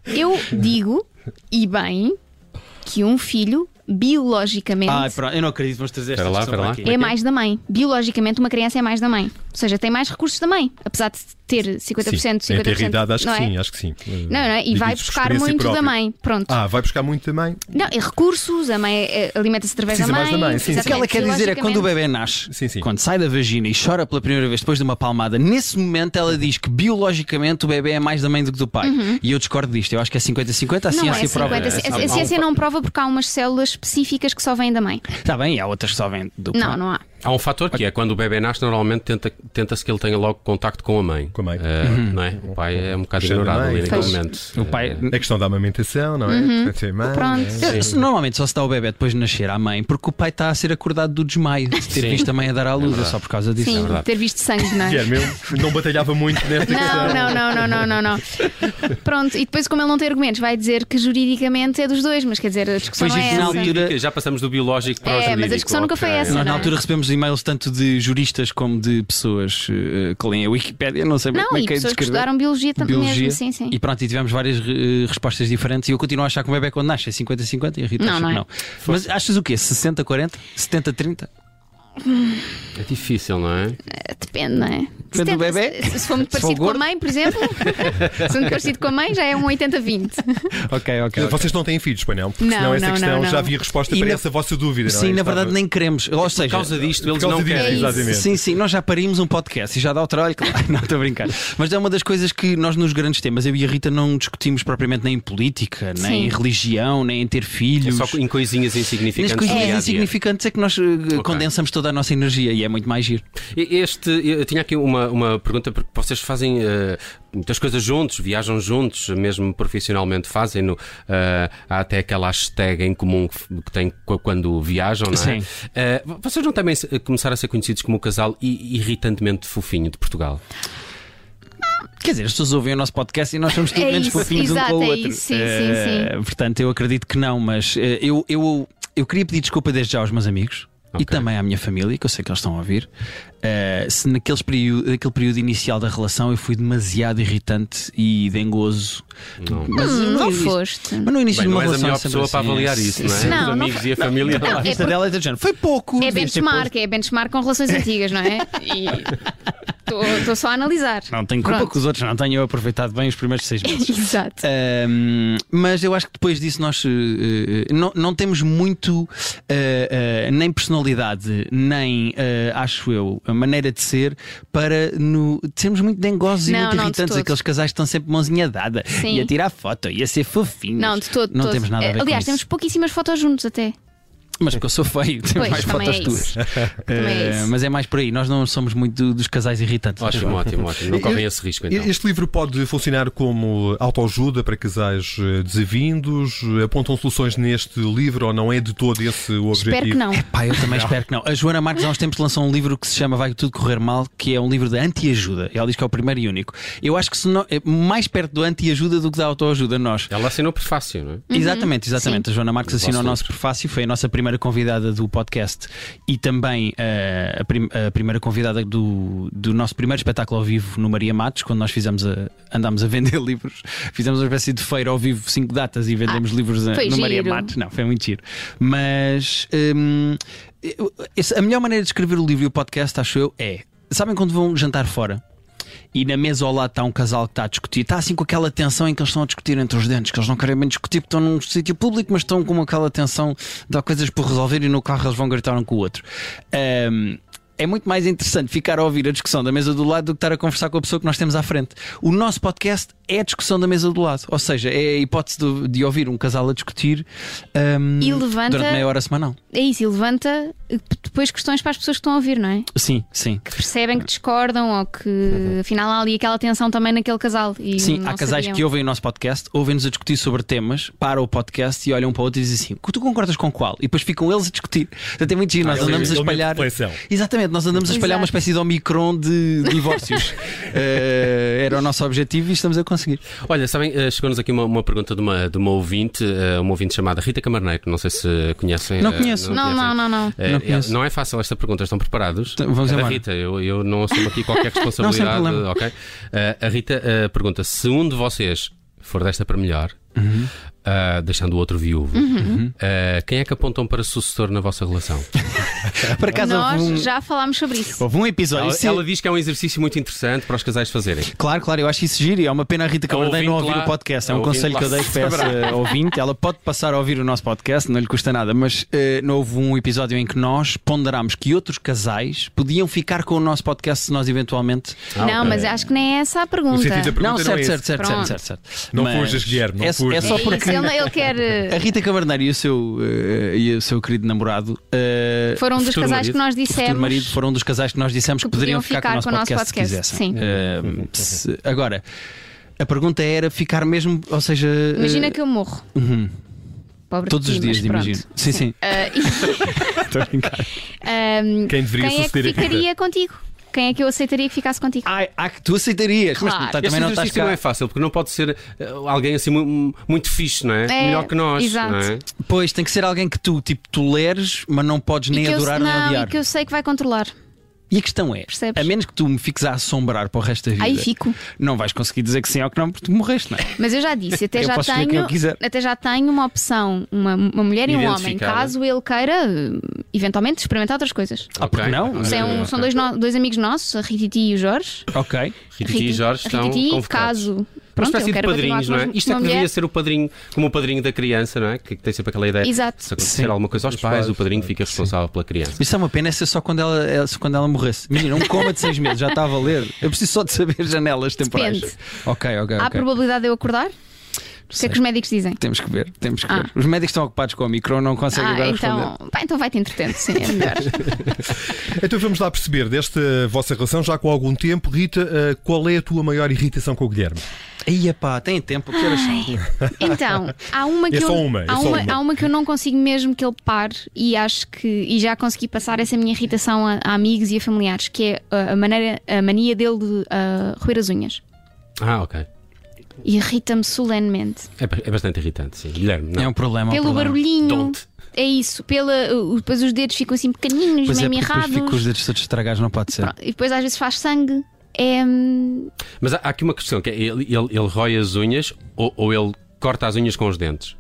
[SPEAKER 3] Eu digo, e bem, que um filho biologicamente.
[SPEAKER 2] Ai, pronto, eu não acredito, vamos trazer esta
[SPEAKER 1] Espera lá,
[SPEAKER 2] discussão
[SPEAKER 1] espera
[SPEAKER 2] para
[SPEAKER 1] lá.
[SPEAKER 2] aqui.
[SPEAKER 3] É mais da mãe. Biologicamente, uma criança é mais da mãe. Ou seja, tem mais recursos da mãe. Apesar de ter 50%,
[SPEAKER 4] sim.
[SPEAKER 3] 50%.
[SPEAKER 4] Em ter idade, acho
[SPEAKER 3] não
[SPEAKER 4] que
[SPEAKER 3] é?
[SPEAKER 4] sim, acho que sim.
[SPEAKER 3] Não, não é? E vai buscar muito da mãe. Pronto.
[SPEAKER 4] Ah, vai buscar muito da mãe?
[SPEAKER 3] Não, e recursos, a mãe eh, alimenta-se através
[SPEAKER 4] Precisa
[SPEAKER 3] da
[SPEAKER 4] mais
[SPEAKER 3] mãe.
[SPEAKER 4] da mãe, sim, sim.
[SPEAKER 2] O que ela
[SPEAKER 3] exatamente,
[SPEAKER 2] quer dizer é que quando o
[SPEAKER 3] biologicamente.
[SPEAKER 2] bebê nasce,
[SPEAKER 4] Sim, sim.
[SPEAKER 2] quando sai da vagina e chora pela primeira vez depois de uma palmada, nesse momento ela diz que biologicamente o bebê é mais da mãe do que do pai. E eu discordo disto. Eu acho que é 50-50, a
[SPEAKER 3] Uhum. Não é
[SPEAKER 2] ciência prova.
[SPEAKER 3] 50,
[SPEAKER 2] essa-
[SPEAKER 3] a, a ciência não prova porque há umas células específicas que só vêm da mãe.
[SPEAKER 2] Está Tá bem, e há outras que só vêm do
[SPEAKER 3] Não, não há.
[SPEAKER 1] Há um fator que é quando o bebê nasce, normalmente tenta- tenta-se que ele tenha logo contacto com a mãe.
[SPEAKER 4] Com a mãe. Uhum.
[SPEAKER 1] Eh, não é? O pai é um bocado
[SPEAKER 4] Cheiro da
[SPEAKER 1] ignorado
[SPEAKER 4] mãe.
[SPEAKER 1] ali naquele
[SPEAKER 3] Pois.
[SPEAKER 1] momento.
[SPEAKER 2] O pai.
[SPEAKER 4] A questão da amamentação, não é? Portanto, é
[SPEAKER 2] Ah,
[SPEAKER 4] mãe,
[SPEAKER 3] Uhum. Pronto.
[SPEAKER 4] é-
[SPEAKER 2] É. Eu- se- Normalmente só se dá o bebê depois de nascer à mãe porque o pai está a ser acordado do desmaio de ter
[SPEAKER 1] Sim.
[SPEAKER 2] visto a mãe a dar à luz, é só por causa disso.
[SPEAKER 3] Sim,
[SPEAKER 1] verdade.
[SPEAKER 3] ter visto sangue, não é?
[SPEAKER 4] Guilherme, eu não batalhava muito nesta
[SPEAKER 2] é
[SPEAKER 4] questão.
[SPEAKER 3] Não, não, não, não, não, não, não. Pronto, e depois, como ele não tem argumentos, vai dizer que juridicamente é dos dois, mas quer dizer, a discussão
[SPEAKER 2] Pois
[SPEAKER 3] não é
[SPEAKER 2] isto na
[SPEAKER 3] essa.
[SPEAKER 2] altura-
[SPEAKER 1] Já passamos do biológico para o
[SPEAKER 3] É, mas a
[SPEAKER 1] jurídico.
[SPEAKER 3] discussão nunca foi
[SPEAKER 1] ok.
[SPEAKER 3] essa.
[SPEAKER 2] Nós, na
[SPEAKER 3] não é?
[SPEAKER 2] altura, recebemos e-mails tanto de juristas como de pessoas eh, que leem a Wikipédia, não sei bem
[SPEAKER 3] Não,
[SPEAKER 2] como é
[SPEAKER 3] e
[SPEAKER 2] que é
[SPEAKER 3] pessoas que
[SPEAKER 2] descrever.
[SPEAKER 3] estudaram biologia também
[SPEAKER 2] Biologia.
[SPEAKER 3] mesmo, sim, sim.
[SPEAKER 2] E pronto, e tivemos várias eh, respostas diferentes. E eu continuo a achar que o bebê quando nasce é 50-50 e a Rita
[SPEAKER 3] Não,
[SPEAKER 2] acha
[SPEAKER 3] não
[SPEAKER 2] que
[SPEAKER 3] é.
[SPEAKER 2] não. Mas achas o quê? 60-40? 70-30?
[SPEAKER 1] É difícil, não é?
[SPEAKER 3] Depende, não é?
[SPEAKER 2] Depende do
[SPEAKER 3] Se-
[SPEAKER 2] bebê.
[SPEAKER 3] Se, se for muito
[SPEAKER 2] Se for
[SPEAKER 3] parecido com a
[SPEAKER 2] gordo.
[SPEAKER 3] mãe, por exemplo, se for muito parecido com a mãe, já é um 80-20.
[SPEAKER 2] Ok, ok. ok.
[SPEAKER 4] Vocês não têm filhos, pois não? Porque
[SPEAKER 3] Não,
[SPEAKER 4] senão essa
[SPEAKER 3] não,
[SPEAKER 4] questão
[SPEAKER 3] não, não.
[SPEAKER 4] já havia resposta
[SPEAKER 2] E
[SPEAKER 4] para
[SPEAKER 2] na-
[SPEAKER 4] essa vossa dúvida, não é?
[SPEAKER 2] Sim, na verdade
[SPEAKER 4] Estava-
[SPEAKER 2] nem queremos. Ou seja,
[SPEAKER 1] Por causa disto, eles
[SPEAKER 4] Por causa
[SPEAKER 1] não
[SPEAKER 4] disto,
[SPEAKER 1] querem.
[SPEAKER 3] É isso.
[SPEAKER 4] exatamente.
[SPEAKER 2] Sim, sim, nós já parimos um podcast e já dá o trabalho. Claro. Não, estou a brincar. Mas é uma das coisas que nós, nos grandes temas, eu e a Rita não discutimos propriamente nem em política, nem
[SPEAKER 3] Sim.
[SPEAKER 2] em religião, nem em ter
[SPEAKER 1] É
[SPEAKER 2] filhos.
[SPEAKER 1] só em coisinhas insignificantes.
[SPEAKER 2] Nas coisas
[SPEAKER 1] do dia a dia.
[SPEAKER 2] insignificantes é que nós eh, condensamos toda a nossa energia e é muito mais giro.
[SPEAKER 1] E- Este, eu tinha aqui uma, uma pergunta, porque vocês fazem eh, muitas coisas juntos, viajam juntos, mesmo profissionalmente fazem. No, eh, há até aquela hashtag em comum que f- que tem co- quando viajam, não é?
[SPEAKER 2] Sim.
[SPEAKER 1] Eh, vo- vocês não também se- começaram a ser conhecidos como o casal i- irritantemente fofinho de Portugal?
[SPEAKER 2] Quer dizer, as pessoas ouvem o nosso podcast e nós somos tudo
[SPEAKER 3] É
[SPEAKER 2] menos
[SPEAKER 3] isso,
[SPEAKER 2] fofinhos um
[SPEAKER 3] exato,
[SPEAKER 2] com o
[SPEAKER 3] é
[SPEAKER 2] outro.
[SPEAKER 3] isso, sim,
[SPEAKER 2] Eh, Portanto, eu acredito que não, mas eh, eu, eu, eu queria pedir desculpa desde já aos meus amigos. E
[SPEAKER 1] Ok.
[SPEAKER 2] também à minha família, que eu sei que eles estão a ouvir, eh, se naqueles período, naquele período inicial da relação eu fui demasiado irritante e dengoso. Mas
[SPEAKER 3] Hum,
[SPEAKER 2] no
[SPEAKER 3] não
[SPEAKER 2] início-
[SPEAKER 3] foste.
[SPEAKER 2] Mas no início
[SPEAKER 1] Bem,
[SPEAKER 2] de
[SPEAKER 1] não
[SPEAKER 2] uma
[SPEAKER 1] és a
[SPEAKER 2] relação
[SPEAKER 1] melhor
[SPEAKER 2] é sempre
[SPEAKER 1] pessoa para
[SPEAKER 2] assim,
[SPEAKER 1] avaliar
[SPEAKER 2] é-
[SPEAKER 1] isso, não é?
[SPEAKER 3] Não,
[SPEAKER 1] Os
[SPEAKER 3] não
[SPEAKER 1] amigos e a família.
[SPEAKER 2] Não, a
[SPEAKER 1] lá.
[SPEAKER 2] vista dela é do género. Foi pouco.
[SPEAKER 3] É
[SPEAKER 2] devias ter
[SPEAKER 3] benchmark, é benchmark com relações antigas, não é? E estou só a analisar.
[SPEAKER 2] posto. Não tenho culpa
[SPEAKER 3] Pronto.
[SPEAKER 2] que os outros não tenham aproveitado bem os primeiros seis meses.
[SPEAKER 3] Exato.
[SPEAKER 2] Ahm, mas eu acho que depois disso nós eh, eh, não, não temos muito eh, eh, nem personalidade, nem eh, acho eu, a maneira de ser para no, sermos muito dengosos
[SPEAKER 3] Não,
[SPEAKER 2] e muito
[SPEAKER 3] não, de
[SPEAKER 2] irritantes.
[SPEAKER 3] todo.
[SPEAKER 2] Aqueles casais que estão sempre mãozinha dada
[SPEAKER 3] Sim.
[SPEAKER 2] e a tirar foto e a ser fofinhos.
[SPEAKER 3] Não, de todo. de
[SPEAKER 2] Não
[SPEAKER 3] todo. É,
[SPEAKER 2] temos nada a ver
[SPEAKER 3] Aliás,
[SPEAKER 2] com
[SPEAKER 3] temos
[SPEAKER 2] isso.
[SPEAKER 3] pouquíssimas fotos juntos até.
[SPEAKER 2] Mas porque eu sou feio, temos
[SPEAKER 3] Pois,
[SPEAKER 2] mais
[SPEAKER 3] também
[SPEAKER 2] fotos
[SPEAKER 3] é
[SPEAKER 2] tuas.
[SPEAKER 3] isso. Também é
[SPEAKER 2] Eh,
[SPEAKER 3] isso.
[SPEAKER 2] mas é mais por aí. Nós não somos muito do- dos casais irritantes.
[SPEAKER 1] Ótimo, ótimo, ótimo. Não correm
[SPEAKER 4] E-
[SPEAKER 1] esse risco então.
[SPEAKER 4] Este livro pode funcionar como autoajuda para casais eh, desavindos? Apontam soluções neste livro ou não é de todo esse o objetivo?
[SPEAKER 3] Espero que não.
[SPEAKER 2] Pá, eu também espero que não. A Joana Marques há uns tempos lançou um livro que se chama Vai Tudo Correr Mal, que é um livro de anti-ajuda. Ela diz que é o primeiro e único. Eu acho que se nó- é mais perto do anti-ajuda do que da autoajuda, nós.
[SPEAKER 1] Ela assinou o prefácio, não é?
[SPEAKER 2] Exatamente, exatamente. A Joana Marques assinou o nosso prefácio, foi a nossa primeira convidada do podcast e também eh, a, prim- a primeira convidada do, do nosso primeiro espetáculo ao vivo no Maria Matos, quando nós fizemos a, andámos a vender livros. Fizemos uma espécie de feira ao vivo, cinco datas, e vendemos livros a- no
[SPEAKER 3] foi
[SPEAKER 2] Maria
[SPEAKER 3] giro.
[SPEAKER 2] Matos. Não, foi muito giro. Mas hum, eu- esse- a melhor maneira de escrever o livro e o podcast, acho eu, é. Sabem quando vão jantar fora? E na mesa ao lado está um casal que está a discutir, está assim com aquela tensão em que eles estão a discutir entre os dentes, que eles não querem bem discutir porque estão num sítio público, mas estão com aquela tensão de há coisas por resolver e no carro eles vão gritar um com o outro. Ahm, é muito mais interessante ficar a ouvir a discussão da mesa do lado do que estar a conversar com a pessoa que nós temos à frente. O nosso podcast é a discussão da mesa do lado, ou seja, é a hipótese do- de, ouvir um casal a discutir ahm,
[SPEAKER 3] E levanta-
[SPEAKER 2] durante meia hora semanal.
[SPEAKER 3] É isso, e levanta eh, depois questões para as pessoas que estão a ouvir, não é?
[SPEAKER 2] Sim, sim.
[SPEAKER 3] Que percebem que discordam ou que afinal há ali aquela tensão também naquele casal. E
[SPEAKER 2] Uhum. Sim,
[SPEAKER 3] não
[SPEAKER 2] há casais
[SPEAKER 3] sabiam.
[SPEAKER 2] que ouvem o nosso podcast, ouvem-nos a discutir sobre temas, para o podcast e olham para o outro e dizem assim: tu concordas com qual? E depois ficam eles a discutir. Portanto, é muito giro, nós
[SPEAKER 4] sim,
[SPEAKER 2] andamos a
[SPEAKER 4] elemento de
[SPEAKER 2] espalhar.
[SPEAKER 4] reflexão.
[SPEAKER 2] Exatamente, nós andamos a espalhar
[SPEAKER 3] Exato.
[SPEAKER 2] uma espécie de Omicron de divórcios. Eh, era o nosso objetivo e estamos a conseguir.
[SPEAKER 1] Olha, sabem, eh, chegou-nos aqui uma, uma pergunta de uma, de uma ouvinte, eh, uma ouvinte chamada Rita Camarneiro, não sei se conhecem.
[SPEAKER 2] Não
[SPEAKER 1] eh,
[SPEAKER 2] conheço.
[SPEAKER 3] Não,
[SPEAKER 1] conhecem.
[SPEAKER 3] não, não, não.
[SPEAKER 1] Eh,
[SPEAKER 2] Não
[SPEAKER 1] eh,
[SPEAKER 2] conheço.
[SPEAKER 1] não é fácil esta pergunta, estão preparados?
[SPEAKER 2] Então, vamos
[SPEAKER 1] É da
[SPEAKER 2] embora.
[SPEAKER 1] Rita, eu, eu não assumo aqui qualquer responsabilidade.
[SPEAKER 2] problema. Uhum.
[SPEAKER 1] ok? Eh, a Rita eh, pergunta: se um de vocês for desta para melhor, ah, deixando o outro viúvo.
[SPEAKER 3] Uhum.
[SPEAKER 1] Ah, quem é que apontam para sucessor na vossa relação?
[SPEAKER 2] Por acaso
[SPEAKER 3] Nós
[SPEAKER 2] houve um,
[SPEAKER 3] já falámos sobre isso.
[SPEAKER 4] Oh,
[SPEAKER 2] houve um episódio.
[SPEAKER 1] Ela,
[SPEAKER 2] se-
[SPEAKER 1] ela diz que é um exercício muito interessante para os casais fazerem.
[SPEAKER 2] Claro, claro, eu acho isso giro e é uma pena a Rita
[SPEAKER 1] A
[SPEAKER 2] Cavardem não
[SPEAKER 1] ouvinte
[SPEAKER 2] ouvir
[SPEAKER 1] lá-
[SPEAKER 2] o podcast. É
[SPEAKER 1] a
[SPEAKER 2] um
[SPEAKER 1] ouvinte
[SPEAKER 2] conselho que eu
[SPEAKER 1] lá
[SPEAKER 2] dei para essa ouvinte. Ela pode passar a ouvir o nosso podcast, não lhe custa nada, mas eh, não houve um episódio em que nós ponderámos que outros casais podiam ficar com o nosso podcast se nós eventualmente.
[SPEAKER 3] não, mas acho que nem é essa a
[SPEAKER 4] O
[SPEAKER 3] pergunta.
[SPEAKER 4] sentido da Ah, pergunta
[SPEAKER 2] não, certo,
[SPEAKER 4] é esse.
[SPEAKER 2] certo, certo, certo,
[SPEAKER 3] Pronto.
[SPEAKER 2] certo, certo.
[SPEAKER 4] Não
[SPEAKER 2] Mas
[SPEAKER 4] fujas, Guilherme, não
[SPEAKER 2] é, é
[SPEAKER 4] fujas.
[SPEAKER 2] só
[SPEAKER 3] É
[SPEAKER 2] porque
[SPEAKER 3] isso, ele, ele quer.
[SPEAKER 2] a
[SPEAKER 3] eh,
[SPEAKER 2] Rita Cavarneiro e o seu, eh, e o seu querido namorado eh,
[SPEAKER 3] Foram um dos
[SPEAKER 1] Futuro
[SPEAKER 3] casais que
[SPEAKER 1] marido.
[SPEAKER 3] nós
[SPEAKER 2] futuro
[SPEAKER 3] dissemos.
[SPEAKER 2] marido foram um dos casais que nós dissemos que,
[SPEAKER 3] que podiam
[SPEAKER 2] ficar,
[SPEAKER 3] ficar
[SPEAKER 2] com o nosso podcast, se quisessem.
[SPEAKER 3] sim.
[SPEAKER 2] Ahm, se- agora, a pergunta era ficar mesmo, ou seja,
[SPEAKER 3] Imagina
[SPEAKER 2] eh,
[SPEAKER 3] que eu morro. Pobre
[SPEAKER 2] todos
[SPEAKER 3] de
[SPEAKER 2] os
[SPEAKER 3] ti,
[SPEAKER 2] dias,
[SPEAKER 3] mas pronto.
[SPEAKER 2] imagino. Sim, sim.
[SPEAKER 3] Ah, e-
[SPEAKER 2] Estou a brincar.
[SPEAKER 3] Ahm,
[SPEAKER 4] Quem deveria
[SPEAKER 3] quem é que
[SPEAKER 4] suceder a Rita?
[SPEAKER 3] ficaria contigo? Quem é que eu aceitaria que ficasse contigo?
[SPEAKER 2] Ai, ah, que tu aceitarias, mas
[SPEAKER 3] Claro.
[SPEAKER 2] tá-
[SPEAKER 1] Esse
[SPEAKER 2] também não estás
[SPEAKER 1] exercício
[SPEAKER 2] cá.
[SPEAKER 1] não é fácil, porque não pode ser eh, alguém assim mu- muito fixe, não é?
[SPEAKER 3] É,
[SPEAKER 1] Melhor que nós.
[SPEAKER 3] exato.
[SPEAKER 1] Não é?
[SPEAKER 2] Pois, tem que ser alguém que tu, tipo, toleres, mas não podes nem
[SPEAKER 3] e que
[SPEAKER 2] adorar
[SPEAKER 3] eu,
[SPEAKER 2] nem
[SPEAKER 3] não,
[SPEAKER 2] odiar.
[SPEAKER 3] e que eu sei que vai controlar.
[SPEAKER 2] E a questão é,
[SPEAKER 3] Percebes?
[SPEAKER 2] a menos que tu me fiques a assombrar para o resto da vida,
[SPEAKER 3] Aí fico.
[SPEAKER 2] não vais conseguir dizer que sim ou que não, porque tu morreste, não é?
[SPEAKER 3] Mas eu já disse, até
[SPEAKER 2] Eu
[SPEAKER 3] já
[SPEAKER 2] posso escolher quem eu
[SPEAKER 3] tenho,
[SPEAKER 2] quiser.
[SPEAKER 3] até já tenho uma opção, uma, uma mulher e um homem,
[SPEAKER 1] Identificada.
[SPEAKER 3] caso ele queira eh, eventualmente experimentar outras coisas.
[SPEAKER 2] Ah, porque
[SPEAKER 1] Ok.
[SPEAKER 2] não?
[SPEAKER 1] Ok.
[SPEAKER 3] São, são dois, no- dois amigos nossos, a Rititi e o Jorge.
[SPEAKER 2] Ok.
[SPEAKER 1] Rita e Jorge
[SPEAKER 3] Rita-
[SPEAKER 1] estão
[SPEAKER 3] Rititi,
[SPEAKER 1] convocados.
[SPEAKER 3] caso.
[SPEAKER 1] Uma
[SPEAKER 3] Pronto,
[SPEAKER 1] espécie
[SPEAKER 3] eu
[SPEAKER 1] de
[SPEAKER 3] quero continuar
[SPEAKER 1] padrinhos,
[SPEAKER 3] com
[SPEAKER 1] não é?
[SPEAKER 3] uma-
[SPEAKER 1] Isto é
[SPEAKER 3] uma
[SPEAKER 1] que deveria
[SPEAKER 3] mulher.
[SPEAKER 1] ser o padrinho, como o padrinho da criança, não é? Que, que tem sempre aquela ideia.
[SPEAKER 3] Exato.
[SPEAKER 1] Se acontecer
[SPEAKER 2] Sim.
[SPEAKER 1] alguma coisa aos
[SPEAKER 4] Os
[SPEAKER 1] pais,
[SPEAKER 4] pais,
[SPEAKER 1] o padrinho
[SPEAKER 4] claro.
[SPEAKER 1] fica responsável pela criança.
[SPEAKER 2] Isso é uma pena, essa é só quando ela, é só quando ela morresse. Menina, um coma de seis meses, já está a valer. Eu preciso só de saber janelas temporais.
[SPEAKER 3] Depende.
[SPEAKER 2] Ok, ok,
[SPEAKER 3] Há
[SPEAKER 2] ok.
[SPEAKER 3] probabilidade de eu acordar? O que é que os médicos dizem?
[SPEAKER 2] Temos que ver, temos que
[SPEAKER 3] Ah.
[SPEAKER 2] ver. Os médicos estão ocupados com o micro, não conseguem
[SPEAKER 3] Ah,
[SPEAKER 2] agora
[SPEAKER 3] então,
[SPEAKER 2] responder.
[SPEAKER 3] pá, então vai-te entretendo, sim, é melhor.
[SPEAKER 4] Então vamos lá perceber desta vossa relação já com algum tempo. Rita, eh, qual é a tua maior irritação com o Guilherme?
[SPEAKER 2] Ia pá, tem tempo, que horas são?
[SPEAKER 3] Então, há uma que
[SPEAKER 4] É só
[SPEAKER 3] eu,
[SPEAKER 4] uma, é
[SPEAKER 3] há,
[SPEAKER 4] só
[SPEAKER 3] uma,
[SPEAKER 4] uma.
[SPEAKER 3] há uma que eu não consigo mesmo que ele pare e acho que e já consegui passar essa minha irritação a, a amigos e a familiares, que é a, a maneira, a mania dele de ah, roer as unhas.
[SPEAKER 1] Ah, ok.
[SPEAKER 3] Irrita-me solenemente.
[SPEAKER 1] É, ba- é bastante irritante, sim. Guilherme, não.
[SPEAKER 2] É um problema. é um
[SPEAKER 3] Pelo
[SPEAKER 2] problema.
[SPEAKER 3] barulhinho.
[SPEAKER 1] Don't.
[SPEAKER 3] É isso, pela, uh, o- depois os dedos ficam assim pequenininhos,
[SPEAKER 2] Pois é,
[SPEAKER 3] meio
[SPEAKER 2] porque depois
[SPEAKER 3] mirrados.
[SPEAKER 2] fico com os dedos todos estragados, não pode ser.
[SPEAKER 3] Pronto, E depois às vezes faz sangue. É, hum,
[SPEAKER 1] Mas há, há aqui uma questão: que é, ele, ele, ele rói as unhas ou, ou ele corta as unhas com os dentes?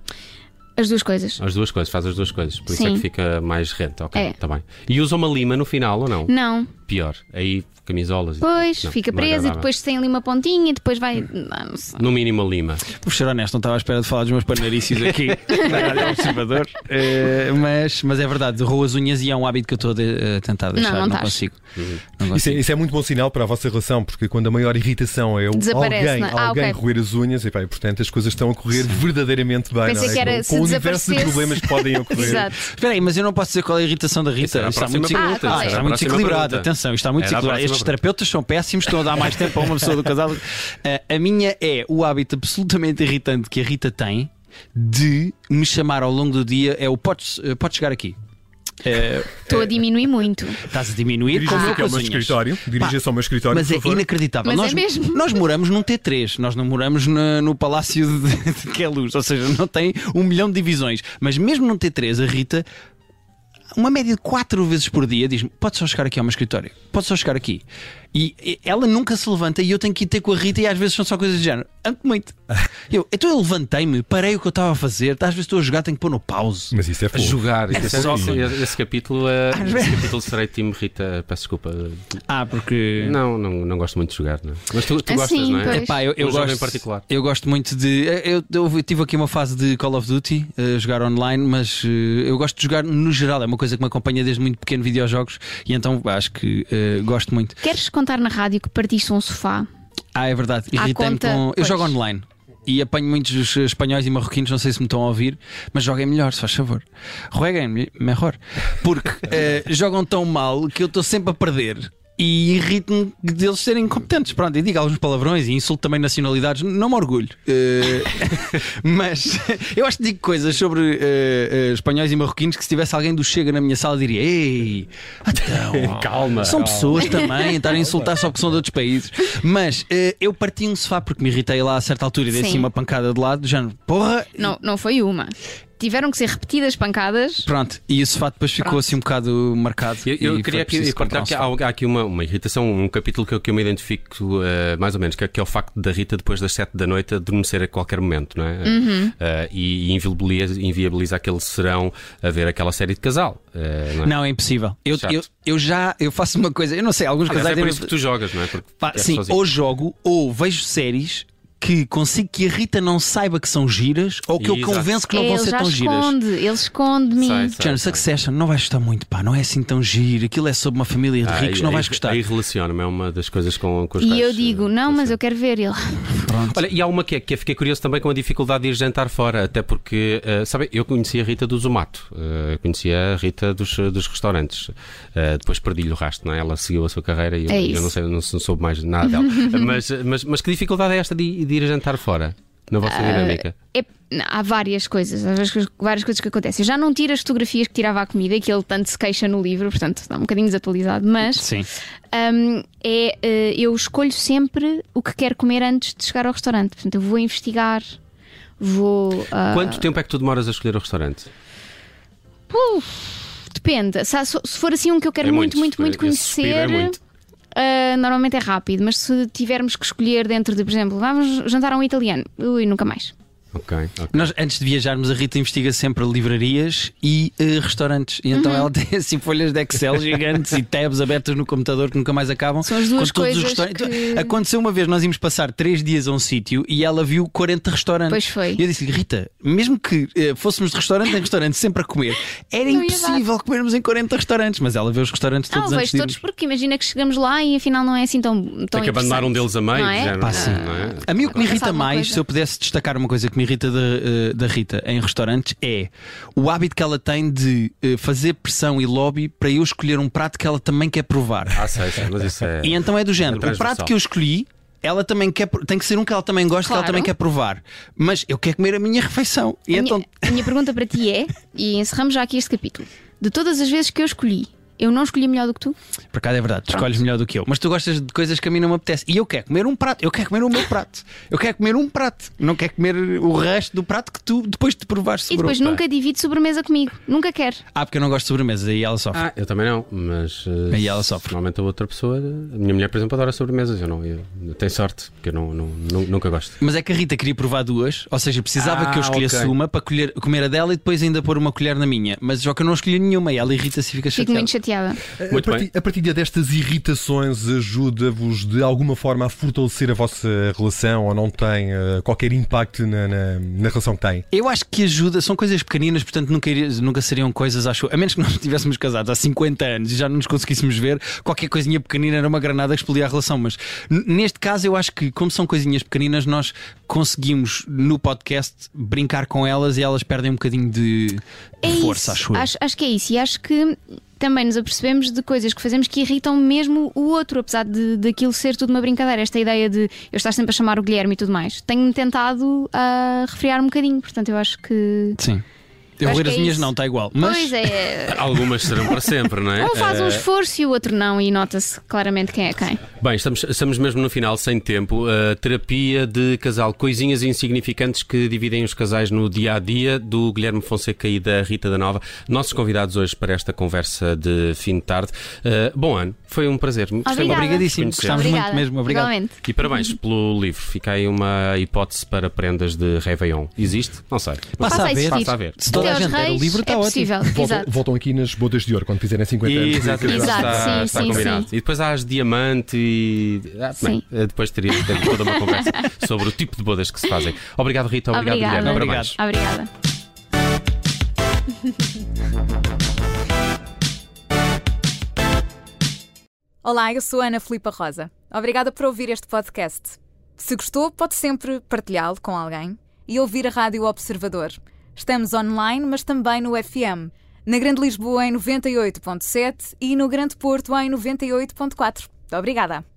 [SPEAKER 3] as duas coisas.
[SPEAKER 1] As duas coisas, faz as duas coisas. Por isso é
[SPEAKER 3] Sim.
[SPEAKER 1] que fica mais rente, ok?
[SPEAKER 3] É.
[SPEAKER 1] Tá bem. E usa uma lima no final ou não?
[SPEAKER 3] Não,
[SPEAKER 1] Pior. Aí camisolas. e-
[SPEAKER 3] pois
[SPEAKER 1] Não,
[SPEAKER 3] fica
[SPEAKER 1] não é
[SPEAKER 3] presa e
[SPEAKER 1] agradável.
[SPEAKER 3] depois tem ali uma pontinha e depois vai.
[SPEAKER 2] Hum.
[SPEAKER 3] Ah, não sei.
[SPEAKER 1] No mínimo a lima.
[SPEAKER 2] Vou ser honesto, não estava à espera de falar dos meus panarícios aqui na Rádio Observador, Eh, mas, mas é verdade, roo as unhas e é um hábito que eu estou a de- a tentar deixar,
[SPEAKER 3] não
[SPEAKER 2] não,
[SPEAKER 3] estás.
[SPEAKER 2] consigo.
[SPEAKER 1] Uhum.
[SPEAKER 2] Não
[SPEAKER 4] Isso é,
[SPEAKER 2] consigo.
[SPEAKER 4] isso é muito bom sinal para a vossa relação, porque quando a maior irritação é o
[SPEAKER 3] Desaparece,
[SPEAKER 4] alguém,
[SPEAKER 3] não é? Ah,
[SPEAKER 4] alguém
[SPEAKER 3] ok.
[SPEAKER 4] roer as unhas, e, pá, e, portanto as coisas estão a correr verdadeiramente bem.
[SPEAKER 3] Pensei
[SPEAKER 4] não é?
[SPEAKER 3] que era
[SPEAKER 4] com
[SPEAKER 3] se
[SPEAKER 4] com o universo de
[SPEAKER 3] desaparecesse.
[SPEAKER 4] problemas que podem ocorrer.
[SPEAKER 3] Exato.
[SPEAKER 2] Espera aí, mas eu não posso dizer qual é a irritação da
[SPEAKER 1] Essa
[SPEAKER 2] Rita.
[SPEAKER 1] era a
[SPEAKER 2] Isto está
[SPEAKER 1] próxima
[SPEAKER 2] muito,
[SPEAKER 1] pergunta,
[SPEAKER 3] Ah, qual é?
[SPEAKER 2] está
[SPEAKER 3] era a
[SPEAKER 2] muito
[SPEAKER 1] próxima
[SPEAKER 2] desequilibrado,
[SPEAKER 1] pergunta.
[SPEAKER 2] atenção, isto está muito
[SPEAKER 1] Era a
[SPEAKER 2] desequilibrado.
[SPEAKER 1] próxima
[SPEAKER 2] Estes
[SPEAKER 1] pergunta.
[SPEAKER 2] terapeutas são péssimos, estão a dar mais tempo a uma pessoa do casal. Eh, a minha é o hábito absolutamente irritante que a Rita tem de me chamar ao longo do dia é o podes, eh, podes chegar aqui. Eh,
[SPEAKER 3] Estou a diminuir muito.
[SPEAKER 2] estás a diminuir como
[SPEAKER 4] Dirija-se
[SPEAKER 2] eu
[SPEAKER 4] aqui ao meu
[SPEAKER 2] cozinhas.
[SPEAKER 4] escritório. Dirija-se ao meu escritório.
[SPEAKER 2] Mas é
[SPEAKER 4] por favor.
[SPEAKER 2] inacreditável.
[SPEAKER 3] Mas é
[SPEAKER 2] nós,
[SPEAKER 3] mesmo.
[SPEAKER 2] nós moramos num T3, nós não moramos na- no Palácio de, de Queluz, ou seja, não tem um milhão de divisões. Mas mesmo num T3, a Rita, uma média de quatro vezes por dia, diz-me: pode só chegar aqui ao meu escritório, pode só chegar aqui. E, e ela nunca se levanta e eu tenho que ir ter com a Rita e às vezes são só coisas do género. Amo muito. Eu, então eu levantei-me, parei o que eu estava a fazer, às vezes estou a jogar, tenho que pôr no pause.
[SPEAKER 4] Mas isso é
[SPEAKER 1] A
[SPEAKER 4] fogo.
[SPEAKER 1] jogar, esse,
[SPEAKER 4] só-
[SPEAKER 1] esse- esse capítulo é.
[SPEAKER 2] Às
[SPEAKER 1] Esse
[SPEAKER 2] vezes-
[SPEAKER 1] capítulo serei time Rita, peço desculpa.
[SPEAKER 2] Ah, porque.
[SPEAKER 1] Não, não, não gosto muito de jogar, não é? Mas tu, tu
[SPEAKER 3] Ah,
[SPEAKER 1] gostas,
[SPEAKER 3] sim,
[SPEAKER 1] não é?
[SPEAKER 3] pois.
[SPEAKER 2] Epá, eu, eu
[SPEAKER 1] Um jogo
[SPEAKER 2] gosto,
[SPEAKER 1] em particular.
[SPEAKER 2] Eu gosto muito de. Eu, eu- eu tive aqui uma fase de Call of Duty, eh, jogar online, mas eh, eu gosto de jogar no geral, é uma coisa que me acompanha desde muito pequeno videojogos e então pá, acho que eh, gosto muito.
[SPEAKER 3] Queres contar na rádio que partiste um sofá?
[SPEAKER 2] Ah, é verdade,
[SPEAKER 3] À
[SPEAKER 2] irritei-me
[SPEAKER 3] conta,
[SPEAKER 2] com. Eu
[SPEAKER 3] pois.
[SPEAKER 2] jogo online. E apanho muitos eh, espanhóis e marroquinos, não sei se me estão a ouvir, mas joguem melhor, se faz favor. Joguem melhor. Porque eh, jogam tão mal que eu estou sempre a perder. E irrito-me deles serem incompetentes. Pronto, e digo alguns palavrões e insulto também nacionalidades, não me orgulho. Eh, mas eu acho que digo coisas sobre eh, eh, espanhóis e marroquinos que se tivesse alguém do Chega na minha sala diria: Ei, então,
[SPEAKER 1] Calma.
[SPEAKER 2] são pessoas também, estarem a insultar só porque são de outros países. Mas eh, eu parti um sofá porque me irritei lá a certa altura e dei
[SPEAKER 3] Sim.
[SPEAKER 2] assim uma pancada de lado, já porra.
[SPEAKER 3] Não, não foi uma. tiveram que ser repetidas pancadas.
[SPEAKER 2] Pronto, e o sofá depois ficou
[SPEAKER 3] Pronto.
[SPEAKER 2] assim um bocado marcado.
[SPEAKER 1] Eu, eu
[SPEAKER 2] e
[SPEAKER 1] queria
[SPEAKER 2] foi
[SPEAKER 1] aqui
[SPEAKER 2] preciso comprar
[SPEAKER 1] contar
[SPEAKER 2] um
[SPEAKER 1] que há,
[SPEAKER 2] sofá.
[SPEAKER 1] há aqui uma, uma irritação, um capítulo que eu, que eu me identifico eh, mais ou menos, que é, que é o facto da Rita, depois das 7 da noite, adormecer a qualquer momento, não é? Eh, e e inviabiliza, inviabiliza aquele serão a ver aquela série de casal. eh, não é?
[SPEAKER 2] Não, é impossível. Eu,
[SPEAKER 1] Chato.
[SPEAKER 2] eu, eu já eu faço uma coisa, eu não sei, alguns
[SPEAKER 1] Aliás,
[SPEAKER 2] casais
[SPEAKER 1] é por
[SPEAKER 2] devem-
[SPEAKER 1] isso que tu jogas, não é? Porque
[SPEAKER 2] Pá,
[SPEAKER 1] és
[SPEAKER 2] sim,
[SPEAKER 1] sozinho.
[SPEAKER 2] ou jogo ou vejo séries que consigo que a Rita não saiba que são giras ou que eu
[SPEAKER 1] Exato.
[SPEAKER 2] convenço que não vão
[SPEAKER 3] ele
[SPEAKER 2] ser
[SPEAKER 3] já
[SPEAKER 2] tão giras.
[SPEAKER 3] esconde, ele esconde-me.
[SPEAKER 1] Sai, sai, sai.
[SPEAKER 2] Género, Succession não vais gostar muito, pá, não é assim tão giro. Aquilo é sobre uma família de
[SPEAKER 1] Ah,
[SPEAKER 2] ricos,
[SPEAKER 1] aí-
[SPEAKER 2] não vais
[SPEAKER 1] aí-
[SPEAKER 2] gostar.
[SPEAKER 1] Aí relaciono-me, é uma das coisas com, com os
[SPEAKER 3] E
[SPEAKER 1] quais,
[SPEAKER 3] eu
[SPEAKER 1] eh,
[SPEAKER 3] digo, não, mas
[SPEAKER 1] relaciono.
[SPEAKER 3] eu quero ver ele.
[SPEAKER 1] Olha, e há uma que é que eu fiquei curioso também com a dificuldade de ir jantar fora, até porque, eh, sabe, eu conhecia a Rita do Zumato, eh, eu conhecia a Rita dos, dos restaurantes, Eh, depois perdi-lhe o rastro, não é? Ela seguiu a sua carreira e eu,
[SPEAKER 3] É
[SPEAKER 1] eu
[SPEAKER 3] isso.
[SPEAKER 1] não sei, não, sou- não soube mais nada dela. mas, mas, mas que dificuldade é esta de, de ir jantar fora, na vossa dinâmica?
[SPEAKER 3] É- não, há várias coisas, há várias, coisas- várias coisas que acontecem. Eu já não tiro as fotografias que tirava à comida, que ele tanto se queixa no livro, portanto está um bocadinho desatualizado, mas
[SPEAKER 2] Sim.
[SPEAKER 3] hum, é, eh, eu escolho sempre o que quero comer antes de chegar ao restaurante. Portanto, eu vou investigar, vou. ah,
[SPEAKER 1] Quanto tempo é que tu demoras a escolher o restaurante?
[SPEAKER 3] Depende. Se, há- se for assim um que eu quero
[SPEAKER 1] É
[SPEAKER 3] muito,
[SPEAKER 1] muito,
[SPEAKER 3] muito, muito,
[SPEAKER 1] esse suspiro é
[SPEAKER 3] conhecer.
[SPEAKER 1] muito.
[SPEAKER 3] ah, normalmente é rápido, mas se tivermos que escolher dentro de, por exemplo, vamos jantar a um italiano, ui, nunca mais.
[SPEAKER 1] Ok, ok.
[SPEAKER 2] Nós, antes de viajarmos, a Rita investiga sempre livrarias e eh, restaurantes. E
[SPEAKER 3] Uhum.
[SPEAKER 2] então ela tem assim folhas de Excel gigantes e tabs abertas no computador que nunca mais acabam.
[SPEAKER 3] São as duas
[SPEAKER 2] com todos os
[SPEAKER 3] coisas
[SPEAKER 2] restaurantes.
[SPEAKER 3] que-
[SPEAKER 2] Então, Aconteceu uma vez, nós íamos passar três dias a um sítio e ela viu 40 restaurantes.
[SPEAKER 3] Pois foi.
[SPEAKER 2] E eu disse-lhe, Rita, mesmo que eh, fôssemos de restaurante em restaurante sempre a comer, era
[SPEAKER 3] Não ia
[SPEAKER 2] impossível comermos em 40 restaurantes. Mas ela vê os restaurantes
[SPEAKER 3] Não,
[SPEAKER 2] todos antes
[SPEAKER 3] vejo
[SPEAKER 2] de
[SPEAKER 3] todos
[SPEAKER 2] irmos.
[SPEAKER 3] porque imagina que chegamos lá e afinal não é assim tão. tão
[SPEAKER 1] Tem que abandonar um
[SPEAKER 3] interessante.
[SPEAKER 1] deles a meio,
[SPEAKER 3] Não é?
[SPEAKER 1] já não-
[SPEAKER 2] Pá, sim.
[SPEAKER 1] não é?
[SPEAKER 2] A mim o que me
[SPEAKER 3] Acontece
[SPEAKER 2] irrita
[SPEAKER 3] alguma
[SPEAKER 2] mais,
[SPEAKER 3] coisa?
[SPEAKER 2] se eu pudesse destacar uma coisa que me irrita da, eh, da Rita em restaurantes, é o hábito que ela tem de eh, fazer pressão e lobby para eu escolher um prato que ela também quer provar.
[SPEAKER 1] Ah, sei, sei, mas isso é.
[SPEAKER 2] E então é do género: o
[SPEAKER 1] transversal.
[SPEAKER 2] prato que eu escolhi. Ela também quer, pro- tem que ser um que ela também gosta, que ela
[SPEAKER 3] Claro.
[SPEAKER 2] também quer provar. Mas eu quero comer a minha refeição. E
[SPEAKER 3] A
[SPEAKER 2] então,
[SPEAKER 3] minha, a minha pergunta para ti é, e encerramos já aqui este capítulo: de todas as vezes que eu escolhi, eu não escolhi melhor do que tu?
[SPEAKER 2] por acaso é verdade, tu escolhes melhor do que eu. Mas tu gostas de coisas que a mim não me apetece. E eu quero comer um prato, eu quero comer o meu prato. Eu quero comer um prato, não quero comer o resto do prato que tu depois de provar
[SPEAKER 3] E
[SPEAKER 2] sobrou.
[SPEAKER 3] depois nunca divide sobremesa comigo, nunca quer.
[SPEAKER 2] Ah, porque eu não gosto de sobremesas, aí ela sofre.
[SPEAKER 1] Ah, eu também não, mas. eh,
[SPEAKER 2] Aí ela sofre.
[SPEAKER 1] Normalmente a outra pessoa. A minha mulher, por exemplo, adora sobremesas. Eu não. Eu, eu tenho sorte, porque eu não, não- nu- nunca gosto.
[SPEAKER 2] Mas é que a Rita queria provar duas, ou seja, precisava
[SPEAKER 1] Ah,
[SPEAKER 2] que eu escolhesse
[SPEAKER 1] ok.
[SPEAKER 2] uma para colher- comer a dela e depois ainda pôr uma colher na minha. Mas já que eu não escolhi nenhuma e ela irrita-se e fica
[SPEAKER 3] Fico
[SPEAKER 2] chateada.
[SPEAKER 3] muito chateada.
[SPEAKER 4] A,
[SPEAKER 1] Muito
[SPEAKER 4] parti- a partilha destas irritações ajuda-vos de alguma forma a fortalecer a vossa relação ou não tem eh, qualquer impacto na, na- na relação que têm?
[SPEAKER 2] Eu acho que ajuda, são coisas pequeninas, portanto nunca, iria- nunca seriam coisas, acho A menos que nós estivéssemos casados há 50 anos e já não nos conseguíssemos ver, qualquer coisinha pequenina era uma granada que explodia a relação. Mas n- neste caso eu acho que, como são coisinhas pequeninas, nós conseguimos no podcast brincar com elas e elas perdem um bocadinho de
[SPEAKER 3] É
[SPEAKER 2] força,
[SPEAKER 3] isso.
[SPEAKER 2] acho eu.
[SPEAKER 3] acho, acho que é isso. E acho que também nos apercebemos de coisas que fazemos que irritam mesmo o outro, apesar de, daquilo ser tudo uma brincadeira. Esta ideia de eu estar sempre a chamar o Guilherme e tudo mais. Tenho-me tentado ah, refriar um bocadinho, portanto eu acho que.
[SPEAKER 2] Sim. Eu
[SPEAKER 3] Acho
[SPEAKER 2] ler
[SPEAKER 3] que
[SPEAKER 2] as
[SPEAKER 3] é
[SPEAKER 2] minhas
[SPEAKER 3] isso.
[SPEAKER 2] não, está igual. Mas
[SPEAKER 3] Pois é.
[SPEAKER 1] Algumas serão para sempre, não é?
[SPEAKER 3] Um faz um
[SPEAKER 1] Eh,
[SPEAKER 3] esforço e o outro não, e nota-se claramente quem é quem.
[SPEAKER 1] Bem, estamos, estamos mesmo no final, sem tempo. Uh, terapia de casal, coisinhas insignificantes que dividem os casais no dia a dia, do Guilherme Fonseca e da Rita da Nova. Nossos convidados hoje para esta conversa de fim de tarde. Uh, bom ano, foi um prazer. Gostei muito.
[SPEAKER 3] Obrigada.
[SPEAKER 2] Obrigadíssimo,
[SPEAKER 1] Conhecer.
[SPEAKER 2] gostámos muito
[SPEAKER 3] Obrigada.
[SPEAKER 2] mesmo. Obrigado.
[SPEAKER 3] Igualmente.
[SPEAKER 1] E parabéns pelo livro. Fica aí uma hipótese para prendas de Réveillon. Existe? Não sei.
[SPEAKER 2] Passa a ver.
[SPEAKER 3] existir.
[SPEAKER 1] Passa a ver.
[SPEAKER 2] Se toda
[SPEAKER 3] Até
[SPEAKER 2] a
[SPEAKER 3] aos
[SPEAKER 2] gente der o
[SPEAKER 3] reis,
[SPEAKER 2] livro, tá
[SPEAKER 3] é
[SPEAKER 2] ótimo.
[SPEAKER 3] possível.
[SPEAKER 4] Voltam,
[SPEAKER 3] Exato.
[SPEAKER 4] voltam aqui nas bodas de ouro quando fizerem 50 anos.
[SPEAKER 1] Exatamente.
[SPEAKER 3] Exato,
[SPEAKER 1] Está,
[SPEAKER 3] sim,
[SPEAKER 1] está
[SPEAKER 3] sim,
[SPEAKER 1] combinado. E depois há as diamante e. Ah, bem,
[SPEAKER 3] Sim.
[SPEAKER 1] eh, depois teria de ter toda uma conversa sobre o tipo de bodas que se fazem. Obrigado, Rita. Obrigado,
[SPEAKER 3] Obrigada.
[SPEAKER 1] Guilherme.
[SPEAKER 2] Obrigado.
[SPEAKER 1] Parabéns.
[SPEAKER 3] Obrigada.
[SPEAKER 5] Olá, eu sou a Ana Filipa Rosa. Obrigada por ouvir este podcast. Se gostou, pode sempre partilhá-lo com alguém e ouvir a Rádio Observador. Estamos online, mas também no FM. Na Grande Lisboa em 98.7 e no Grande Porto em 98.4. Obrigada.